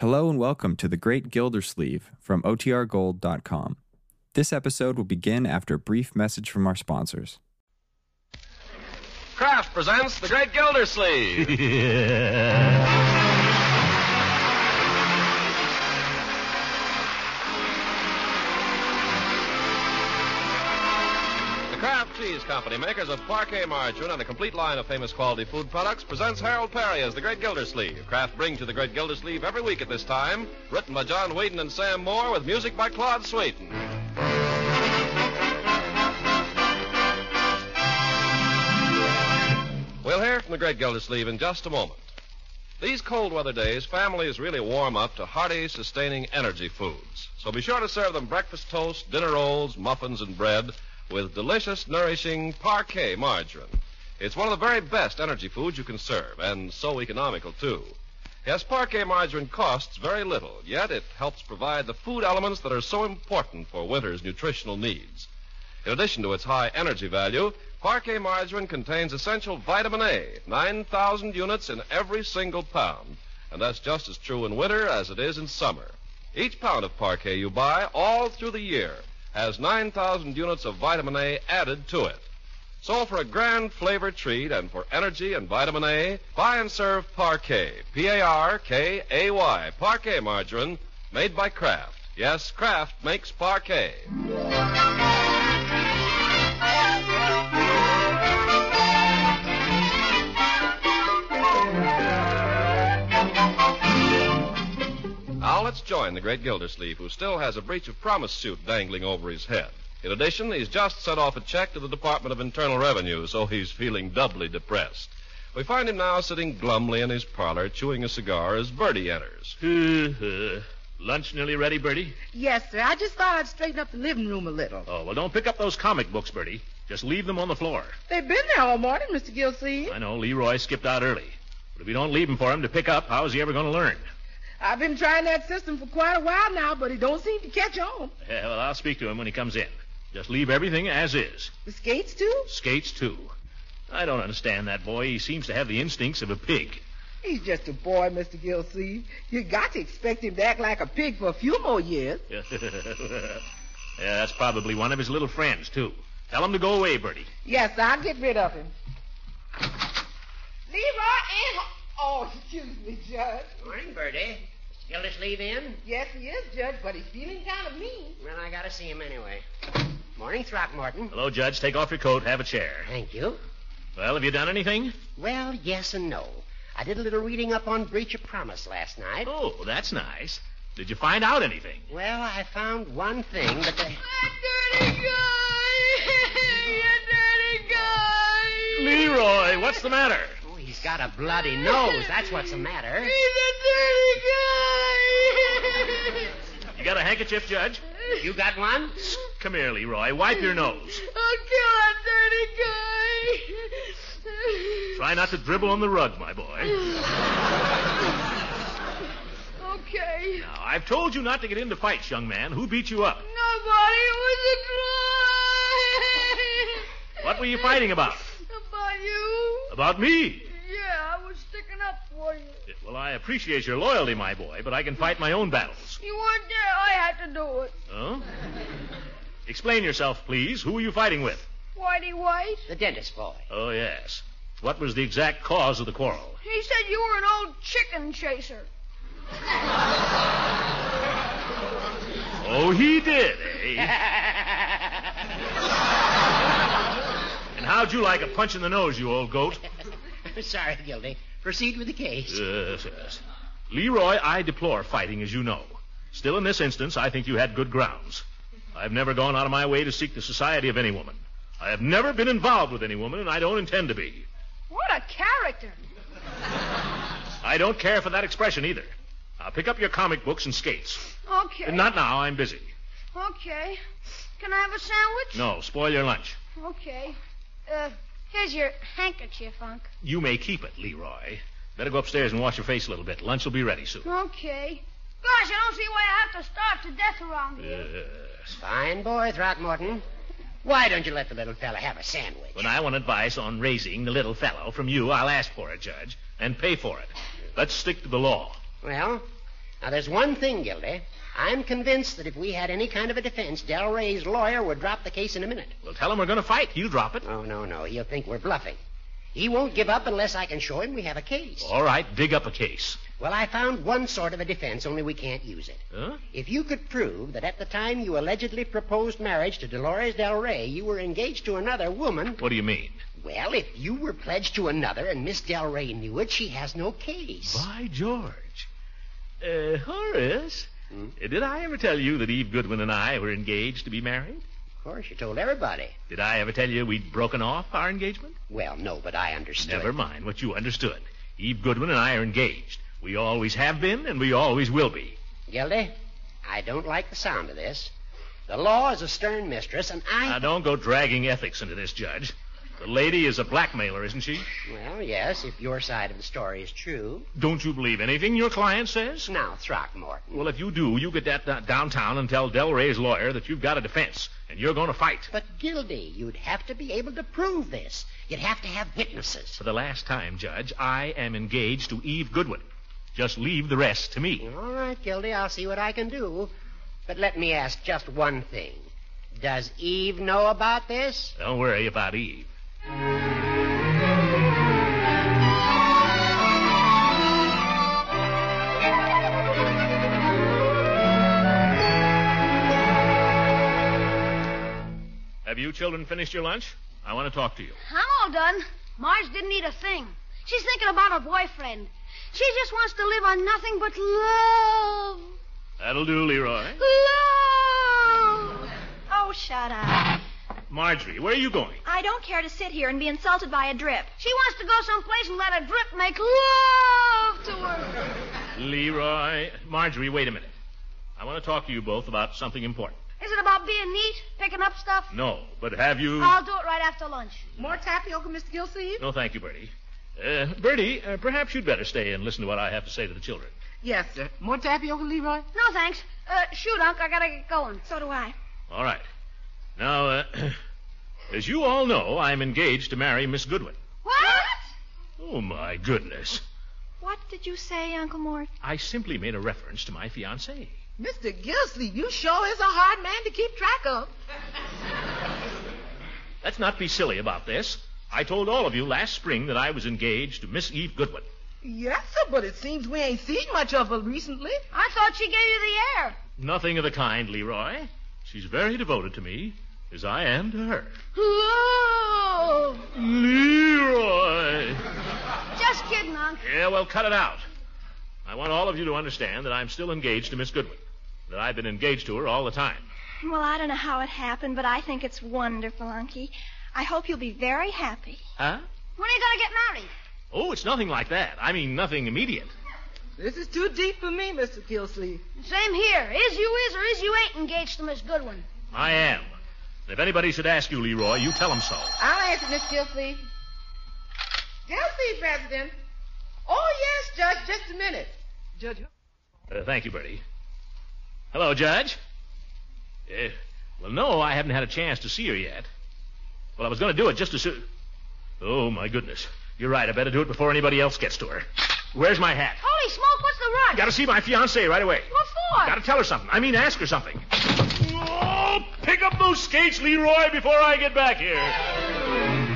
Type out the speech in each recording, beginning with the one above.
Hello and welcome to The Great Gildersleeve from OTRGold.com. This episode will begin after a brief message from our sponsors. Kraft presents The Great Gildersleeve. the Kraft Cheese Company, makers of parquet margarine and a complete line of famous quality food products, presents Harold Perry as The Great Gildersleeve. Kraft bring to The Great Gildersleeve every week at this time, written by John Whedon and Sam Moore with music by Claude Swaiten. We'll hear from the great Gildersleeve in just a moment. These cold weather days, families really warm up to hearty, sustaining energy foods. So be sure to serve them breakfast toast, dinner rolls, muffins, and bread with delicious, nourishing parquet margarine. It's one of the very best energy foods you can serve, and so economical, too. Yes, parquet margarine costs very little, yet it helps provide the food elements that are so important for winter's nutritional needs. In addition to its high energy value, parquet margarine contains essential vitamin A, 9,000 units in every single pound. And that's just as true in winter as it is in summer. Each pound of parquet you buy all through the year has 9,000 units of vitamin A added to it. So for a grand flavor treat and for energy and vitamin A, buy and serve parquet, P-A-R-K-A-Y, parquet margarine made by Kraft. Yes, Kraft makes parquet. Now let's join the great Gildersleeve, who still has a breach of promise suit dangling over his head. In addition, he's just sent off a check to the Department of Internal Revenue, so he's feeling doubly depressed. We find him now sitting glumly in his parlor, chewing a cigar as Bertie enters. Lunch nearly ready, Bertie? Yes, sir. I just thought I'd straighten up the living room a little. Oh, well, don't pick up those comic books, Bertie. Just leave them on the floor. They've been there all morning, Mr. Gilsey. I know Leroy skipped out early. But if you don't leave them for him to pick up, how is he ever going to learn? I've been trying that system for quite a while now, but it don't seem to catch on. Yeah, well, I'll speak to him when he comes in. Just leave everything as is. The skates, too? Skates, too. I don't understand that boy. He seems to have the instincts of a pig. He's just a boy, Mr. Gilsey. You got to expect him to act like a pig for a few more years. yeah, that's probably one of his little friends, too. Tell him to go away, Bertie. Yes, sir, I'll get rid of him. Leroy and... Oh, excuse me, Judge. Morning, Bertie. Gildersleeve in? Yes, he is, Judge, but he's feeling kind of mean. Well, I gotta see him anyway. Morning, Throckmorton. Hello, Judge. Take off your coat. Have a chair. Thank you. Well, have you done anything? Well, yes and no. I did a little reading up on breach of promise last night. Oh, that's nice. Did you find out anything? Well, I found one thing, but the... Leroy, what's the matter? Oh, he's got a bloody nose. That's what's the matter. You got a handkerchief, Judge? You got one? Come here, Leroy. Wipe your nose. Try not to dribble on the rug, my boy. Okay. Now, I've told you not to get into fights, young man. Who beat you up? Nobody was a crime. What were you fighting about? About you? About me. Yeah, I was sticking up for you. Well, I appreciate your loyalty, my boy, but I can fight my own battles. You weren't there. I had to do it. Huh? Explain yourself, please. Who were you fighting with? Whitey White. The dentist boy. Oh, yes. What was the exact cause of the quarrel? He said you were an old chicken chaser. Oh, he did, eh? and how'd you like a punch in the nose, you old goat? I'm sorry, Gildy. Proceed with the case. Yes, yes. Leroy, I deplore fighting, as you know. Still, in this instance, I think you had good grounds. I've never gone out of my way to seek the society of any woman. I have never been involved with any woman, and I don't intend to be. What a character. I don't care for that expression either. Now, pick up your comic books and skates. Okay. Not now, I'm busy. Okay. Can I have a sandwich? No, spoil your lunch. Okay. Uh, here's your handkerchief, Unc. You may keep it, Leroy. Better go upstairs and wash your face a little bit. Lunch will be ready soon. Okay. Gosh, I don't see why I have to starve to death around here. Yes. Fine boy, Throckmorton. Why don't you let the little fella have a sandwich? When I want advice on raising the little fellow from you, I'll ask for it, Judge, and pay for it. Let's stick to the law. Well, Now, there's one thing, Gildy. I'm convinced that if we had any kind of a defense, Del Rey's lawyer would drop the case in a minute. Well, tell him we're going to fight. He'll drop it. Oh, no, no. He'll think we're bluffing. He won't give up unless I can show him we have a case. All right, dig up a case. Well, I found one sort of a defense, only we can't use it. Huh? If you could prove that at the time you allegedly proposed marriage to Dolores Del Rey, you were engaged to another woman. What do you mean? Well, if you were pledged to another and Miss Del Rey knew it, she has no case. By George. Uh, Horace, Hmm? uh, did I ever tell you that Eve Goodwin and I were engaged to be married? Of course, you told everybody. Did I ever tell you we'd broken off our engagement? Well, no, but I understood. Never mind what you understood. Eve Goodwin and I are engaged. We always have been, and we always will be. Gildy, I don't like the sound of this. The law is a stern mistress, and I. Now, don't go dragging ethics into this, Judge. The lady is a blackmailer, isn't she? Well, yes, if your side of the story is true. Don't you believe anything your client says? Now, Throckmorton. Well, if you do, you get that do- downtown and tell Del Rey's lawyer that you've got a defense, and you're going to fight. But, Gildy, you'd have to be able to prove this. You'd have to have witnesses. For the last time, Judge, I am engaged to Eve Goodwin. Just leave the rest to me. All right, Gildy, I'll see what I can do. But let me ask just one thing. Does Eve know about this? Don't worry about Eve. Have you children finished your lunch? I want to talk to you. I'm all done. Marge didn't eat a thing. She's thinking about her boyfriend. She just wants to live on nothing but love. That'll do, Leroy. Love! Oh, shut up. Marjorie, where are you going? I don't care to sit here and be insulted by a drip. She wants to go someplace and let a drip make love to her. Leroy. Marjorie, wait a minute. I want to talk to you both about something important. Is it about being neat, picking up stuff? No, but have you. I'll do it right after lunch. More tapioca, Mr. Gilsey? No, thank you, Bertie. Uh, Bertie, uh, perhaps you'd better stay and listen to what I have to say to the children. Yes, sir. More tapioca, Leroy? No, thanks. Uh, shoot, Unc, I gotta get going. So do I. All right. Now, uh, as you all know, I'm engaged to marry Miss Goodwin. What? Oh, my goodness. What did you say, Uncle Mort? I simply made a reference to my fiancée. Mr. Gilsey, you sure is a hard man to keep track of. Let's not be silly about this. I told all of you last spring that I was engaged to Miss Eve Goodwin. Yes, sir, but it seems we ain't seen much of her recently. I thought she gave you the air. Nothing of the kind, Leroy. She's very devoted to me, as I am to her. Love! Leroy! Just kidding, Unc. Yeah, well, cut it out. I want all of you to understand that I'm still engaged to Miss Goodwin, that I've been engaged to her all the time. Well, I don't know how it happened, but I think it's wonderful, Unky. I hope you'll be very happy. Huh? When are you gonna get married? Oh, it's nothing like that. I mean, nothing immediate. This is too deep for me, Mr. Gilsey. Same here. Is you is or is you ain't engaged to Miss Goodwin? I am. And if anybody should ask you, Leroy, you tell 'em so. I'll answer, Miss Gilsey. Gilsey, President. Oh, yes, Judge, just a minute. Judge, Uh, thank you, Bertie. Hello, Judge. Uh, well, no, I haven't had a chance to see her yet. Well, I was going to do it just as soon. Oh, my goodness. You're right. I better do it before anybody else gets to her. Where's my hat? Holy smoke, what's the rush? Got to see my fiancée right away. What for? Got to tell her something. I mean, ask her something. Oh, pick up those skates, Leroy, before I get back here.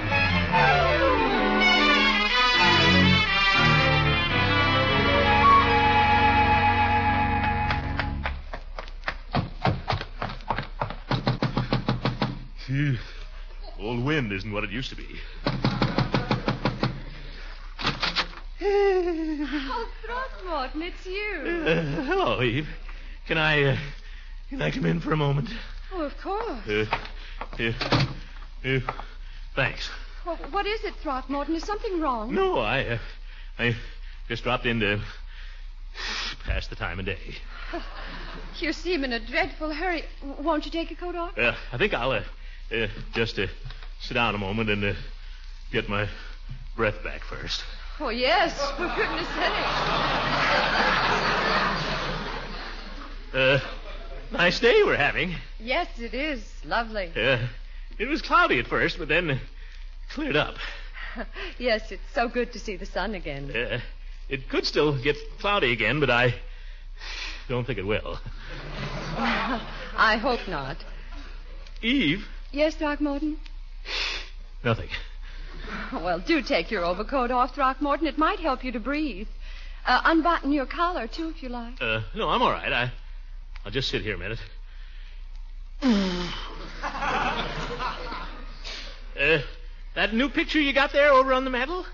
Phew. Old wind isn't what it used to be. Oh, Throckmorton, it's you. Uh, hello, Eve. Can I, uh, can I come in for a moment? Oh, of course. Uh, uh, uh, thanks. Well, what is it, Throckmorton? Is something wrong? No, I, uh, I just dropped in to pass the time of day. You seem in a dreadful hurry. W- Won't you take your coat off? Uh, I think I'll uh, uh, just uh, sit down a moment and uh, get my breath back first. Oh, yes, for goodness sake. Uh, nice day we're having. Yes, it is. Lovely. Uh, it was cloudy at first, but then cleared up. yes, it's so good to see the sun again. Uh, it could still get cloudy again, but I Don't think it will. I hope not. Eve? Yes, Throckmorton? Nothing. Well, do take your overcoat off, Throckmorton. It might help you to breathe. Uh, unbutton your collar, too, if you like. Uh, no, I'm all right. I, I'll just sit here a minute. uh, that new picture you got there over on the mantel?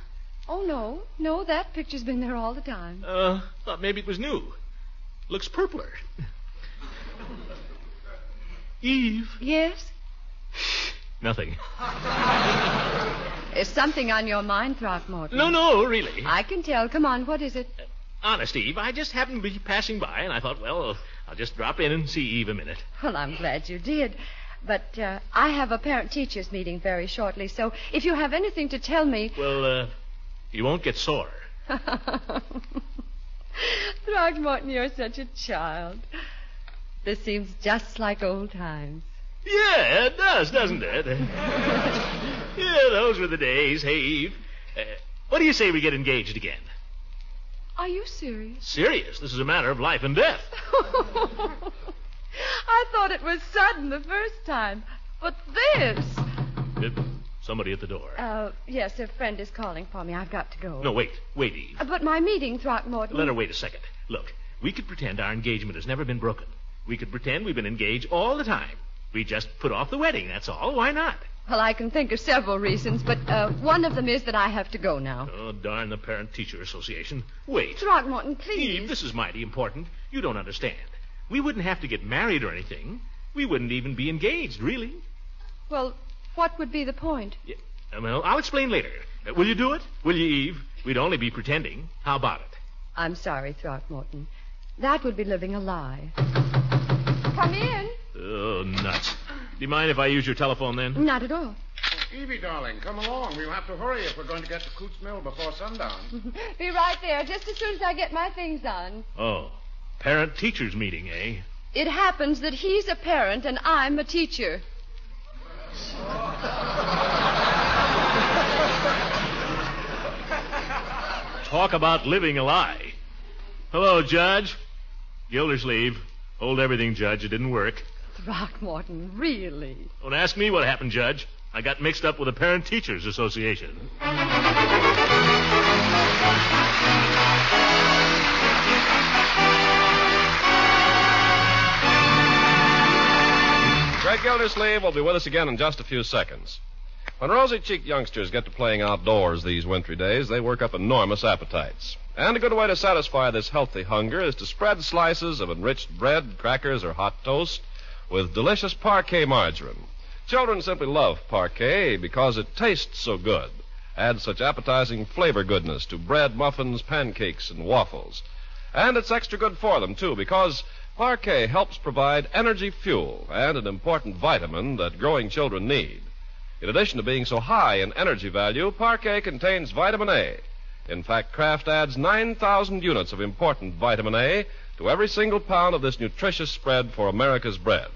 Oh, no. No, that picture's been there all the time. Uh, thought maybe it was new. Looks purpler. Eve? Yes? Nothing. Is something on your mind, Throckmorton? No, no, Oh, really. I can tell. Come on, what is it? Honest, Eve, I just happened to be passing by, and I thought, well, I'll just drop in and see Eve a minute. Well, I'm glad you did. But uh, I have a parent teachers meeting very shortly, so if you have anything to tell me. Well, uh, you won't get sore. Throckmorton, you're such a child. This seems just like old times. Yeah, it does, doesn't it? yeah, those were the days. Hey, Eve, uh, what do you say we get engaged again? Are you serious? Serious. This is a matter of life and death. I thought it was sudden the first time, but this. Uh, somebody at the door. Uh, yes, a friend is calling for me. I've got to go. No, wait. Wait, Eve. Uh, But my meeting, Throckmorton. Let her wait a second. Look, we could pretend our engagement has never been broken. We could pretend we've been engaged all the time. We just put off the wedding, that's all. Why not? Well, I can think of several reasons, but uh, one of them is that I have to go now. Oh, darn the Parent Teacher Association. Wait. Throckmorton, please. Eve, this is mighty important. You don't understand. We wouldn't have to get married or anything. We wouldn't even be engaged, really. Well, what would be the point? Yeah, uh, well, I'll explain later. Uh, will you do it? Will you, Eve? We'd only be pretending. How about it? I'm sorry, Throckmorton. That would be living a lie. Come in. Oh, nuts. Do you mind if I use your telephone then? Not at all. Evie, darling, come along. We'll have to hurry if we're going to get to Coots Mill before sundown. Be right there, just as soon as I get my things on. Oh, parent teachers meeting, eh? It happens that he's a parent and I'm a teacher. Talk about living a lie. Hello, Judge. Gildersleeve. Hold everything, Judge. It didn't work. Throckmorton, really? Don't ask me what happened, Judge. I got mixed up with the Parent Teachers Association. Greg Gildersleeve will be with us again in just a few seconds. When rosy cheeked youngsters get to playing outdoors these wintry days, they work up enormous appetites. And a good way to satisfy this healthy hunger is to spread slices of enriched bread, crackers, or hot toast with delicious parquet margarine. Children simply love parquet because it tastes so good, adds such appetizing flavor goodness to bread, muffins, pancakes, and waffles. And it's extra good for them, too, because parquet helps provide energy fuel and an important vitamin that growing children need. In addition to being so high in energy value, parquet contains vitamin A. In fact, Kraft adds 9,000 units of important vitamin A to every single pound of this nutritious spread for America's bread.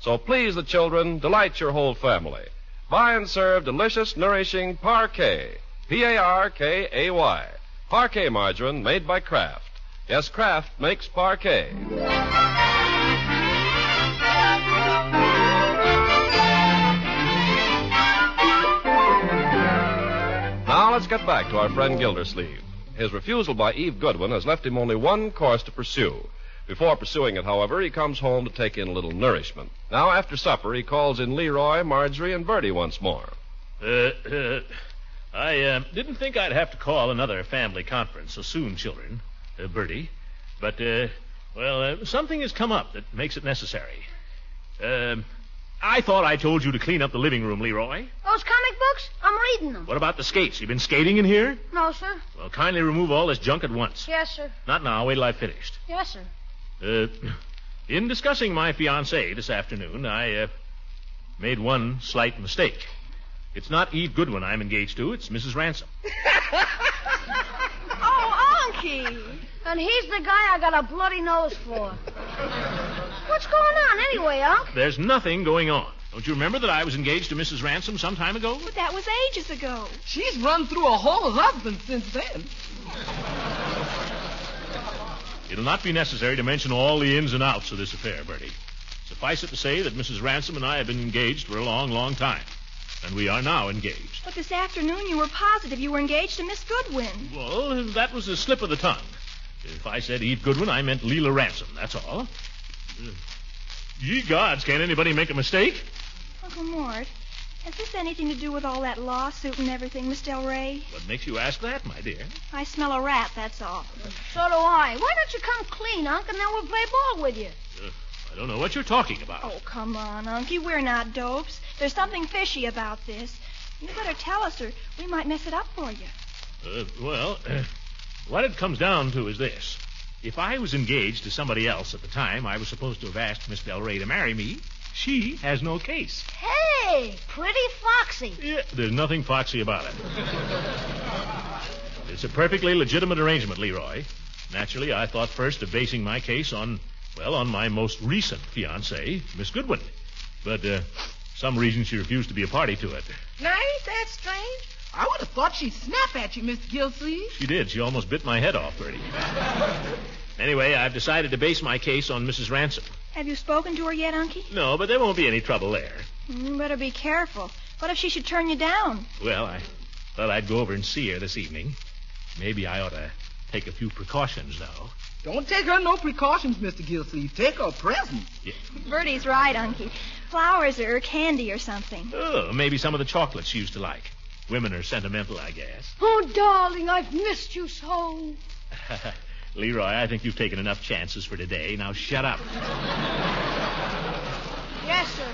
So please the children, delight your whole family. Buy and serve delicious, nourishing parquet. P A R K A Y. Parquet margarine made by Kraft. Yes, Kraft makes parquet. Now let's get back to our friend Gildersleeve. His refusal by Eve Goodwin has left him only one course to pursue. Before pursuing it, however, he comes home to take in a little nourishment. Now, after supper, he calls in Leroy, Marjorie, and Bertie once more. Uh, uh, I uh, didn't think I'd have to call another family conference so soon, children, uh, Bertie. But, uh, well, uh, something has come up that makes it necessary. Um, I thought I told you to clean up the living room, Leroy. Those comic books? I'm reading them. What about the skates? You been skating in here? No, sir. Well, kindly remove all this junk at once. Yes, sir. Not now. Wait till I've finished. Yes, sir. Uh, in discussing my fiancée this afternoon, I uh, made one slight mistake. It's not Eve Goodwin I'm engaged to. It's Mrs. Ransom. Oh, Unky. And he's the guy I got a bloody nose for. What's going on anyway, Unc? There's nothing going on. Don't you remember that I was engaged to Mrs. Ransom some time ago? But that was ages ago. She's run through a whole husband since then. It'll not be necessary to mention all the ins and outs of this affair, Bertie. Suffice it to say that Mrs. Ransom and I have been engaged for a long, long time. And we are now engaged. But this afternoon you were positive you were engaged to Miss Goodwin. Well, that was a slip of the tongue. If I said Eve Goodwin, I meant Leela Ransom, that's all. Uh, Ye gods, can't anybody make a mistake? Uncle Mort, has this anything to do with all that lawsuit and everything, Miss Del Rey? What makes you ask that, my dear? I smell a rat, that's all. So do I. Why don't you come clean, Unc, and then we'll play ball with you? Uh, I don't know what you're talking about. Oh, come on, Unky. We're not dopes. There's something fishy about this. You better tell us, or we might mess it up for you. Uh, well, what it comes down to is this. If I was engaged to somebody else at the time I was supposed to have asked Miss Del Rey to marry me, she has no case. Hey, pretty foxy. Yeah, there's nothing foxy about it. it's a perfectly legitimate arrangement, Leroy. Naturally, I thought first of basing my case on, well, on my most recent fiancée, Miss Goodwin. But, uh, some reason she refused to be a party to it. Now, ain't that strange? I would have thought she'd snap at you, Miss Gilsey. She did. She almost bit my head off, Bertie. anyway, I've decided to base my case on Mrs. Ransom. Have you spoken to her yet, Unky? No, but there won't be any trouble there. You better be careful. What if she should turn you down? Well, I thought I'd go over and see her this evening. Maybe I ought to take a few precautions, though. Don't take her no precautions, Mr. Gilsey. Take her present. Bertie's right, Unky. Flowers or candy or something. Oh, maybe some of the chocolates she used to like. Women are sentimental, I guess. Oh, darling, I've missed you so. Leroy, I think you've taken enough chances for today. Now shut up. Yes, sir.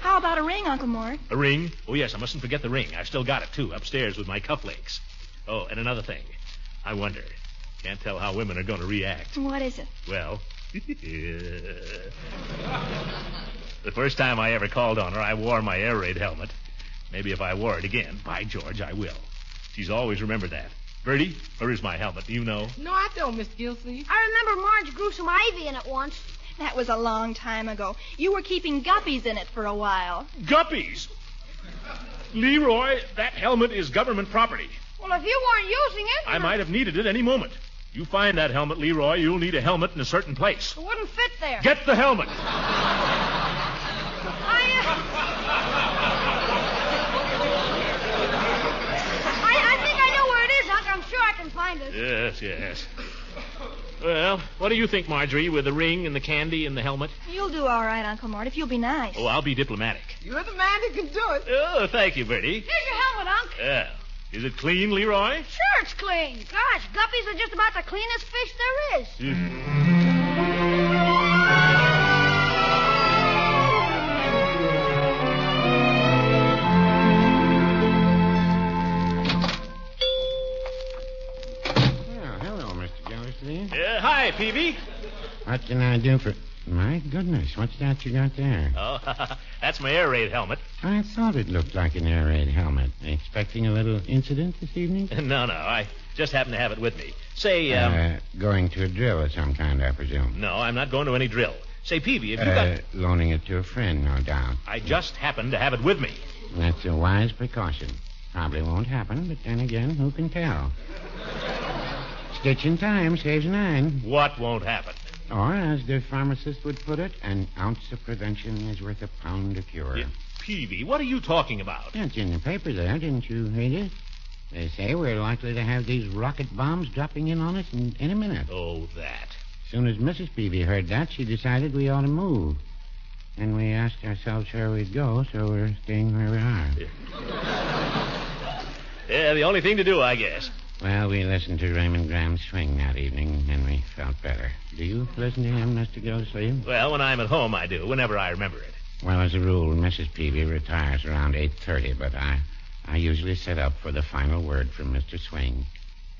How about a ring, Uncle Mort? A ring? Oh, yes, I mustn't forget the ring. I've still got it, too, upstairs with my cufflinks. Oh, and another thing. I wonder. Can't tell how women are going to react. What is it? Well, the first time I ever called on her, I wore my air raid helmet. Maybe if I wore it again, by George, I will. She's always remembered that. Bertie, where is my helmet? Do you know? No, I don't, Miss Gilsey. I remember Marge grew some ivy in it once. That was a long time ago. You were keeping guppies in it for a while. Guppies! Leroy, that helmet is government property. Well, if you weren't using it, I might have needed it any moment. You find that helmet, Leroy, you'll need a helmet in a certain place. it wouldn't fit there. Get the helmet! I, I think I know where it is, Unc. I'm sure I can find it. Yes, yes. Well, what do you think, Marjorie, with the ring and the candy and the helmet? You'll do all right, Uncle Mort, if you'll be nice. Oh, I'll be diplomatic. You're the man that can do it. Oh, thank you, Bertie. Here's your helmet, Unc. Well, is it clean, Leroy? Sure, it's clean. Gosh, guppies are just about the cleanest fish there is. Well, hello, Mr. Gildersleeve. Uh, hi, Peavy. What can I do for... My goodness, what's that you got there? Oh, that's my air raid helmet. I thought it looked like an air raid helmet. Expecting a little incident this evening? no, no, I just happen to have it with me. Say, um, Uh, going to a drill of some kind, I presume. no, I'm not going to any drill. Say, Peavy, have you Uh, got... loaning it to a friend, no doubt. I just happen to have it with me. That's a wise precaution. Probably won't happen, but then again, who can tell? Stitch in time saves nine. What won't happen? Or, as the pharmacist would put it, an ounce of prevention is worth a pound of cure. Yeah. Peavy, what are you talking about? That's in the paper there, didn't you read it? They say we're likely to have these rocket bombs dropping in on us in any minute. Oh, that. soon as Mrs. Peavy heard that, she decided we ought to move. And we asked ourselves where we'd go, so we're staying where we are. Yeah, the only thing to do, I guess. Well, we listened to Raymond Graham swing that evening, and we felt better. Do you listen to him, Mr. Gildersleeve? Well, when I'm at home, I do, whenever I remember it. Well, as a rule, Mrs. Peavy retires around 8.30, but I, I usually set up for the final word from Mr. Swing.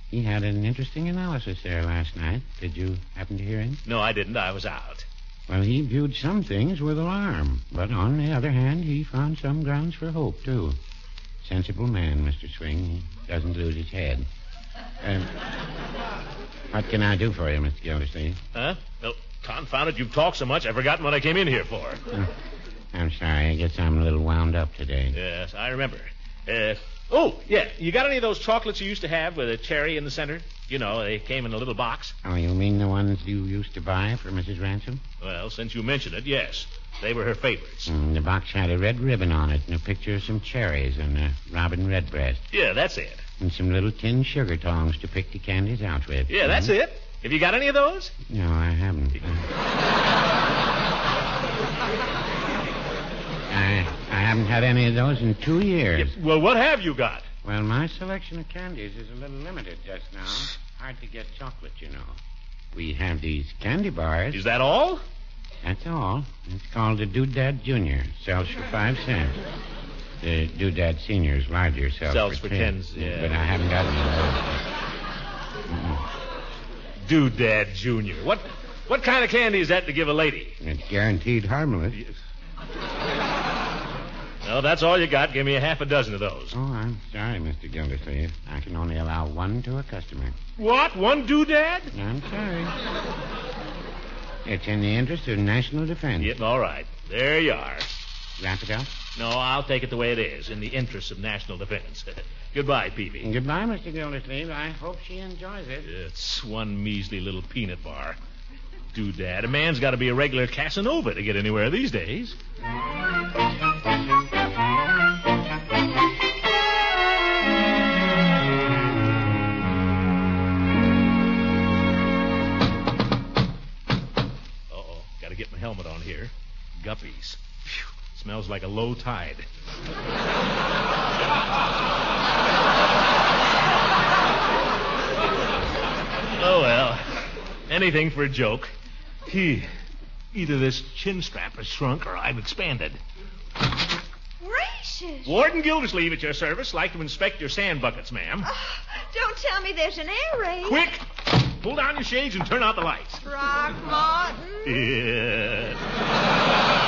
He had an interesting analysis there last night. Did you happen to hear him? No, I didn't. I was out. Well, he viewed some things with alarm, but on the other hand, he found some grounds for hope, too. Sensible man, Mr. Swing. He doesn't lose his head. Um, what can I do for you, Mr. Gildersleeve? Huh? Well, confound it, you've talked so much, I've forgotten what I came in here for. I'm sorry. I guess I'm a little wound up today. Yes, I remember. Uh, Oh, yeah. You got any of those chocolates you used to have with a cherry in the center? You know, they came in a little box. Oh, you mean the ones you used to buy for Mrs. Ransom? Well, since you mention it, yes. They were her favorites. Mm, the box had a red ribbon on it and a picture of some cherries and a robin redbreast Yeah, that's it. and some little tin sugar tongs to pick the candies out with. Yeah, that's it. Have you got any of those? No, I haven't. Mm-hmm. I, I haven't had any of those in two years. Well, what have you got? Well, my selection of candies is a little limited just now. Hard to get chocolate, you know. We have these candy bars. Is that all? That's all. It's called the Doodad Junior. Sells for five cents. The Doodad Senior is larger. Sells, Sells for ten. tens, yeah. But I haven't got any Doodad Junior. What what kind of candy is that to give a lady? of those. It's guaranteed harmless. Well, that's all you got. Give me a half a dozen of those. Oh, I'm sorry, Mr. Gildersleeve. I can only allow one to a customer. What? One doodad? I'm sorry. It's in the interest of national defense. Yeah, all right. There you are. Wrap it up. No, I'll take it the way it is, in the interest of national defense. Goodbye, Peavy. And goodbye, Mr. Gildersleeve. I hope she enjoys it. It's one measly little peanut bar. Doodad. A man's got to be a regular Casanova to get anywhere these days. Uh-oh. Got to get my helmet on here. Guppies. Phew. Smells like a low tide. oh, well. Anything for a joke. Gee, Either this chin strap has shrunk or I've expanded. Gracious! Warden Gildersleeve at your service. Like to inspect your sand buckets, ma'am. Don't tell me there's an air raid. Quick! Pull down your shades and turn out the lights. Throckmorton. Yeah.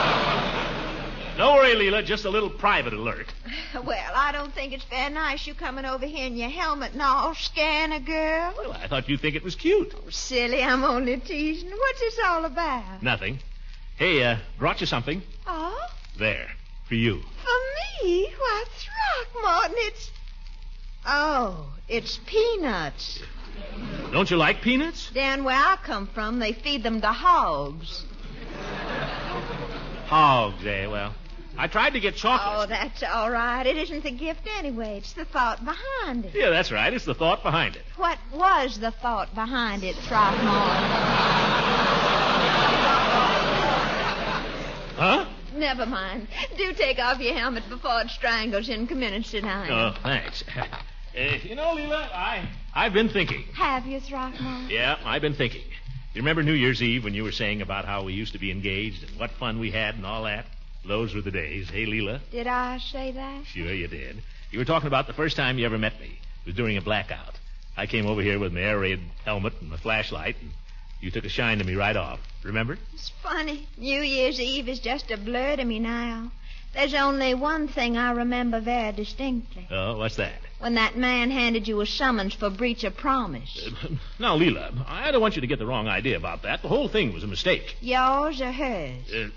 Don't worry, Leela. Just a little private alert. Well, I don't think it's very nice you coming over here in your helmet and all, scanner girl. Oh, Well, I thought you'd think it was cute. Silly, I'm only teasing. What's this all about? Nothing. Hey, uh, brought you something. Oh, There. For you. for me? Why, Throckmorton, it's. Oh, it's peanuts. Don't you like peanuts? Down where I come from, they feed them to hogs. Hogs, eh? Well, I tried to get chocolate. Oh, that's all right. It isn't the gift anyway. It's the thought behind it. Yeah, that's right. It's the thought behind it. What was the thought behind it, Throckmorton? Huh? Never mind. Do take off your helmet before it strangles you and come in and sit down. Oh, thanks. Uh, you know, Leela, I I've been thinking. Have you, Throckmorton? Yeah, I've been thinking. You remember New Year's Eve when you were saying about how we used to be engaged and what fun we had and all that? Those were the days. Hey, Leela. Did I say that? Sure you did. You were talking about the first time you ever met me. It was during a blackout. I came over here with my air raid helmet and my flashlight, and you took a shine to me right off. Remember? It's funny. New Year's Eve is just a blur to me now. There's only one thing I remember very distinctly. Oh, what's that? When that man handed you a summons for breach of promise. Uh, Now, Leela, I don't want you to get the wrong idea about that. The whole thing was a mistake. Yours or hers? Uh,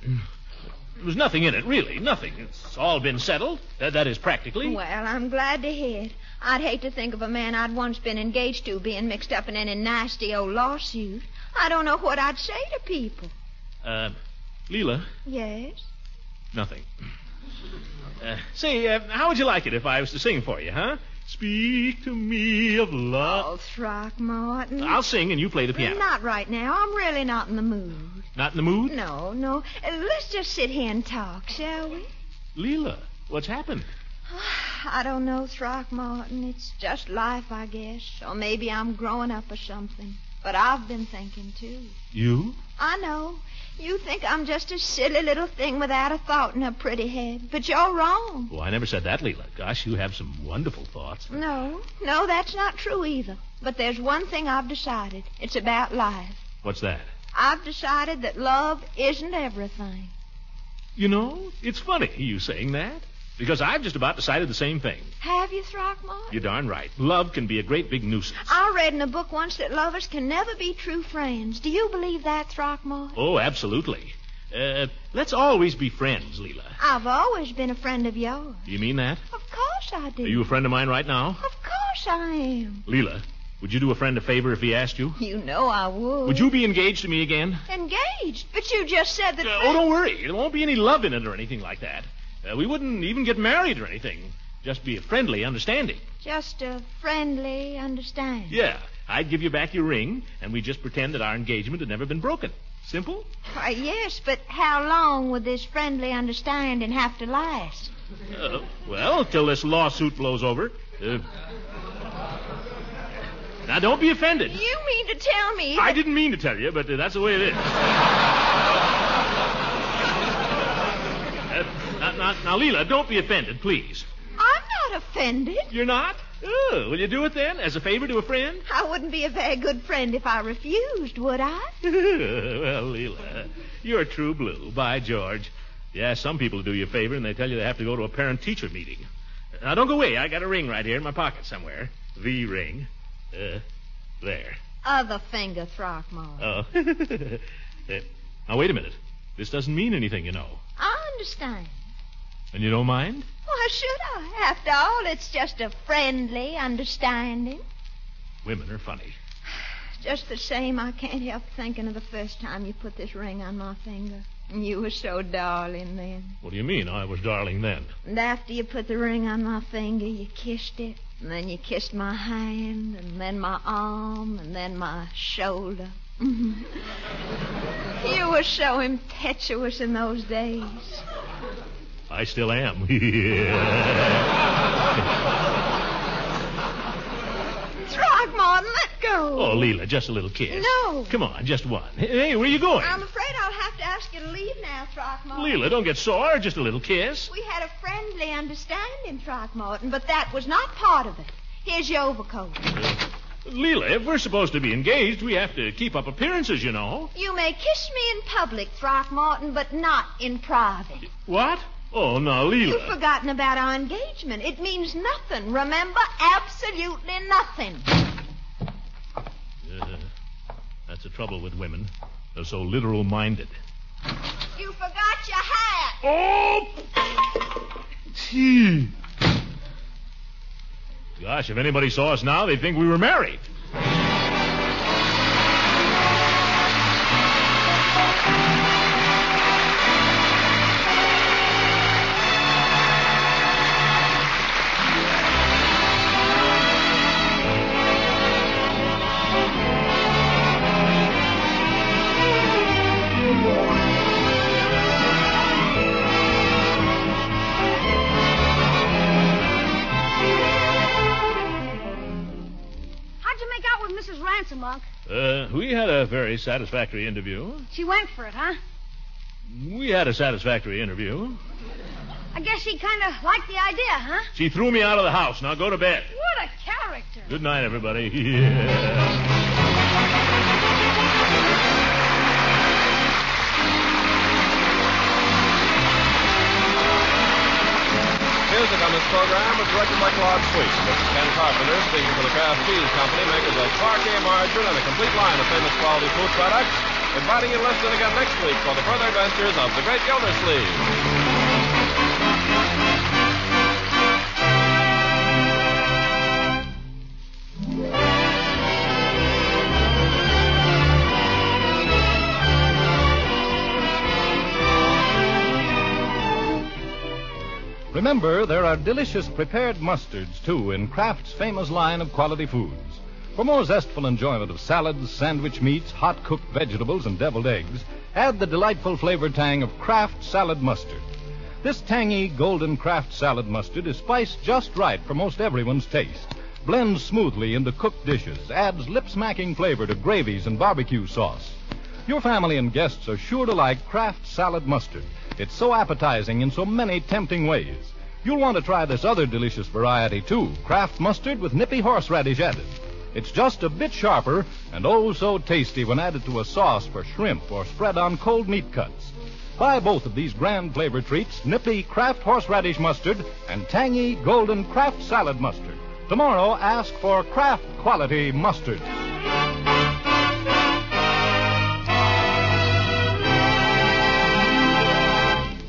there was nothing in it, really. Nothing. It's all been settled. Uh, that is, practically. Well, I'm glad to hear it. I'd hate to think of a man I'd once been engaged to being mixed up in any nasty old lawsuit. I don't know what I'd say to people. Uh, Leela, Yes? nothing. Uh, say, uh, how would you like it if I was to sing for you, huh? Speak to me of Oh, love. Throckmorton. I'll sing and you play the piano. Not right now. I'm really not in the mood. Not in the mood? No, no. Uh, Let's just sit here and talk, shall we? Leela, what's happened? I don't know, Throckmorton. It's just life, I guess. Or maybe I'm growing up or something. But I've been thinking, too. You? I know. You think I'm just a silly little thing without a thought in her pretty head. But you're wrong. Oh, I never said that, Leela. Gosh, you have some wonderful thoughts. No, no, that's not true either. But there's one thing I've decided. It's about life. What's that? I've decided that love isn't everything. You know, it's funny you saying that. Because I've just about decided the same thing. Have you, Throckmorton? You're darn right. Love can be a great big nuisance. I read in a book once that lovers can never be true friends. Do you believe that, Throckmorton? Oh, absolutely. Uh, let's always be friends, Leela. I've always been a friend of yours. Do you mean that? Of course I do. Are you a friend of mine right now? Of course I am. Leela, would you do a friend a favor if he asked you? You know I would. Would you be engaged to me again? Engaged? But you just said that. Uh, oh, don't worry. There won't be any love in it or anything like that. Uh, we wouldn't even get married or anything. Just be a friendly understanding. Just a friendly understanding. Yeah. I'd give you back your ring, and we'd just pretend that our engagement had never been broken. Simple? Why, yes, but how long would this friendly understanding have to last? Uh, well, till this lawsuit blows over. Uh, now, don't be offended. You mean to tell me? I didn't mean to tell you, but uh, that's the way it is. Uh, now, now, now, Leela, don't be offended, please. I'm not offended. You're not? Oh, will you do it then, as a favor to a friend? I wouldn't be a very good friend if I refused, would I? well, Leela, you're true blue, by George. Yeah, some people do you a favor and they tell you they have to go to a parent teacher meeting. Now, don't go away. I got a ring right here in my pocket somewhere. The ring. Uh, there. Other finger, Throckmorton. Oh. Uh, now, wait a minute. This doesn't mean anything, you know. I understand. And you don't mind? Why should I? After all, it's just a friendly understanding. Women are funny. Just the same, I can't help thinking of the first time you put this ring on my finger. And You were so darling then. What do you mean I was darling then? And after you put the ring on my finger, you kissed it. And then you kissed my hand, and then my arm, and then my shoulder. you were so impetuous in those days. I still am. Yeah. Throckmorton, let go. oh, Leela, just a little kiss. No. Come on, just one. Hey, where are you going? I'm afraid I'll have to ask you to leave now, Throckmorton. Leela, don't get sore. Just a little kiss. We had a friendly understanding, Throckmorton, but that was not part of it. Here's your overcoat. Leela, if we're supposed to be engaged, we have to keep up appearances, you know. You may kiss me in public, Throckmorton, but not in private. What? Oh, now, You've Leela. forgotten about our engagement. It means nothing, remember? Absolutely nothing. Uh, that's the trouble with women. They're so literal minded. You forgot your hat. Oh! Gee. Gosh, if anybody saw us now, they'd think we were married. How'd you make out with Mrs. Ransom, Unc? Uh, we had a very satisfactory interview. She went for it, huh? We had a satisfactory interview. I guess she kind of liked the idea, huh? She threw me out of the house. Now go to bed. What a character. Good night, everybody. Yeah. Music on this program was directed by Claude Sweet. This is Ken Carpenter speaking for the Kraft Cheese Company, makers of parquet margarine and a complete line of famous quality food products, inviting you to listen again next week for the further adventures of the Great Gildersleeve. Remember, there are delicious prepared mustards, too, in Kraft's famous line of quality foods. For more zestful enjoyment of salads, sandwich meats, hot cooked vegetables, and deviled eggs, add the delightful flavor tang of Kraft Salad Mustard. This tangy, golden Kraft Salad Mustard is spiced just right for most everyone's taste. Blends smoothly into cooked dishes, adds lip smacking flavor to gravies and barbecue sauce. Your family and guests are sure to like Kraft Salad Mustard. It's so appetizing in so many tempting ways. You'll want to try this other delicious variety, too Kraft Mustard with nippy horseradish added. It's just a bit sharper and oh so tasty when added to a sauce for shrimp or spread on cold meat cuts. Buy both of these grand flavor treats nippy Kraft Horseradish Mustard and tangy Golden Kraft Salad Mustard. Tomorrow, ask for Kraft Quality Mustard.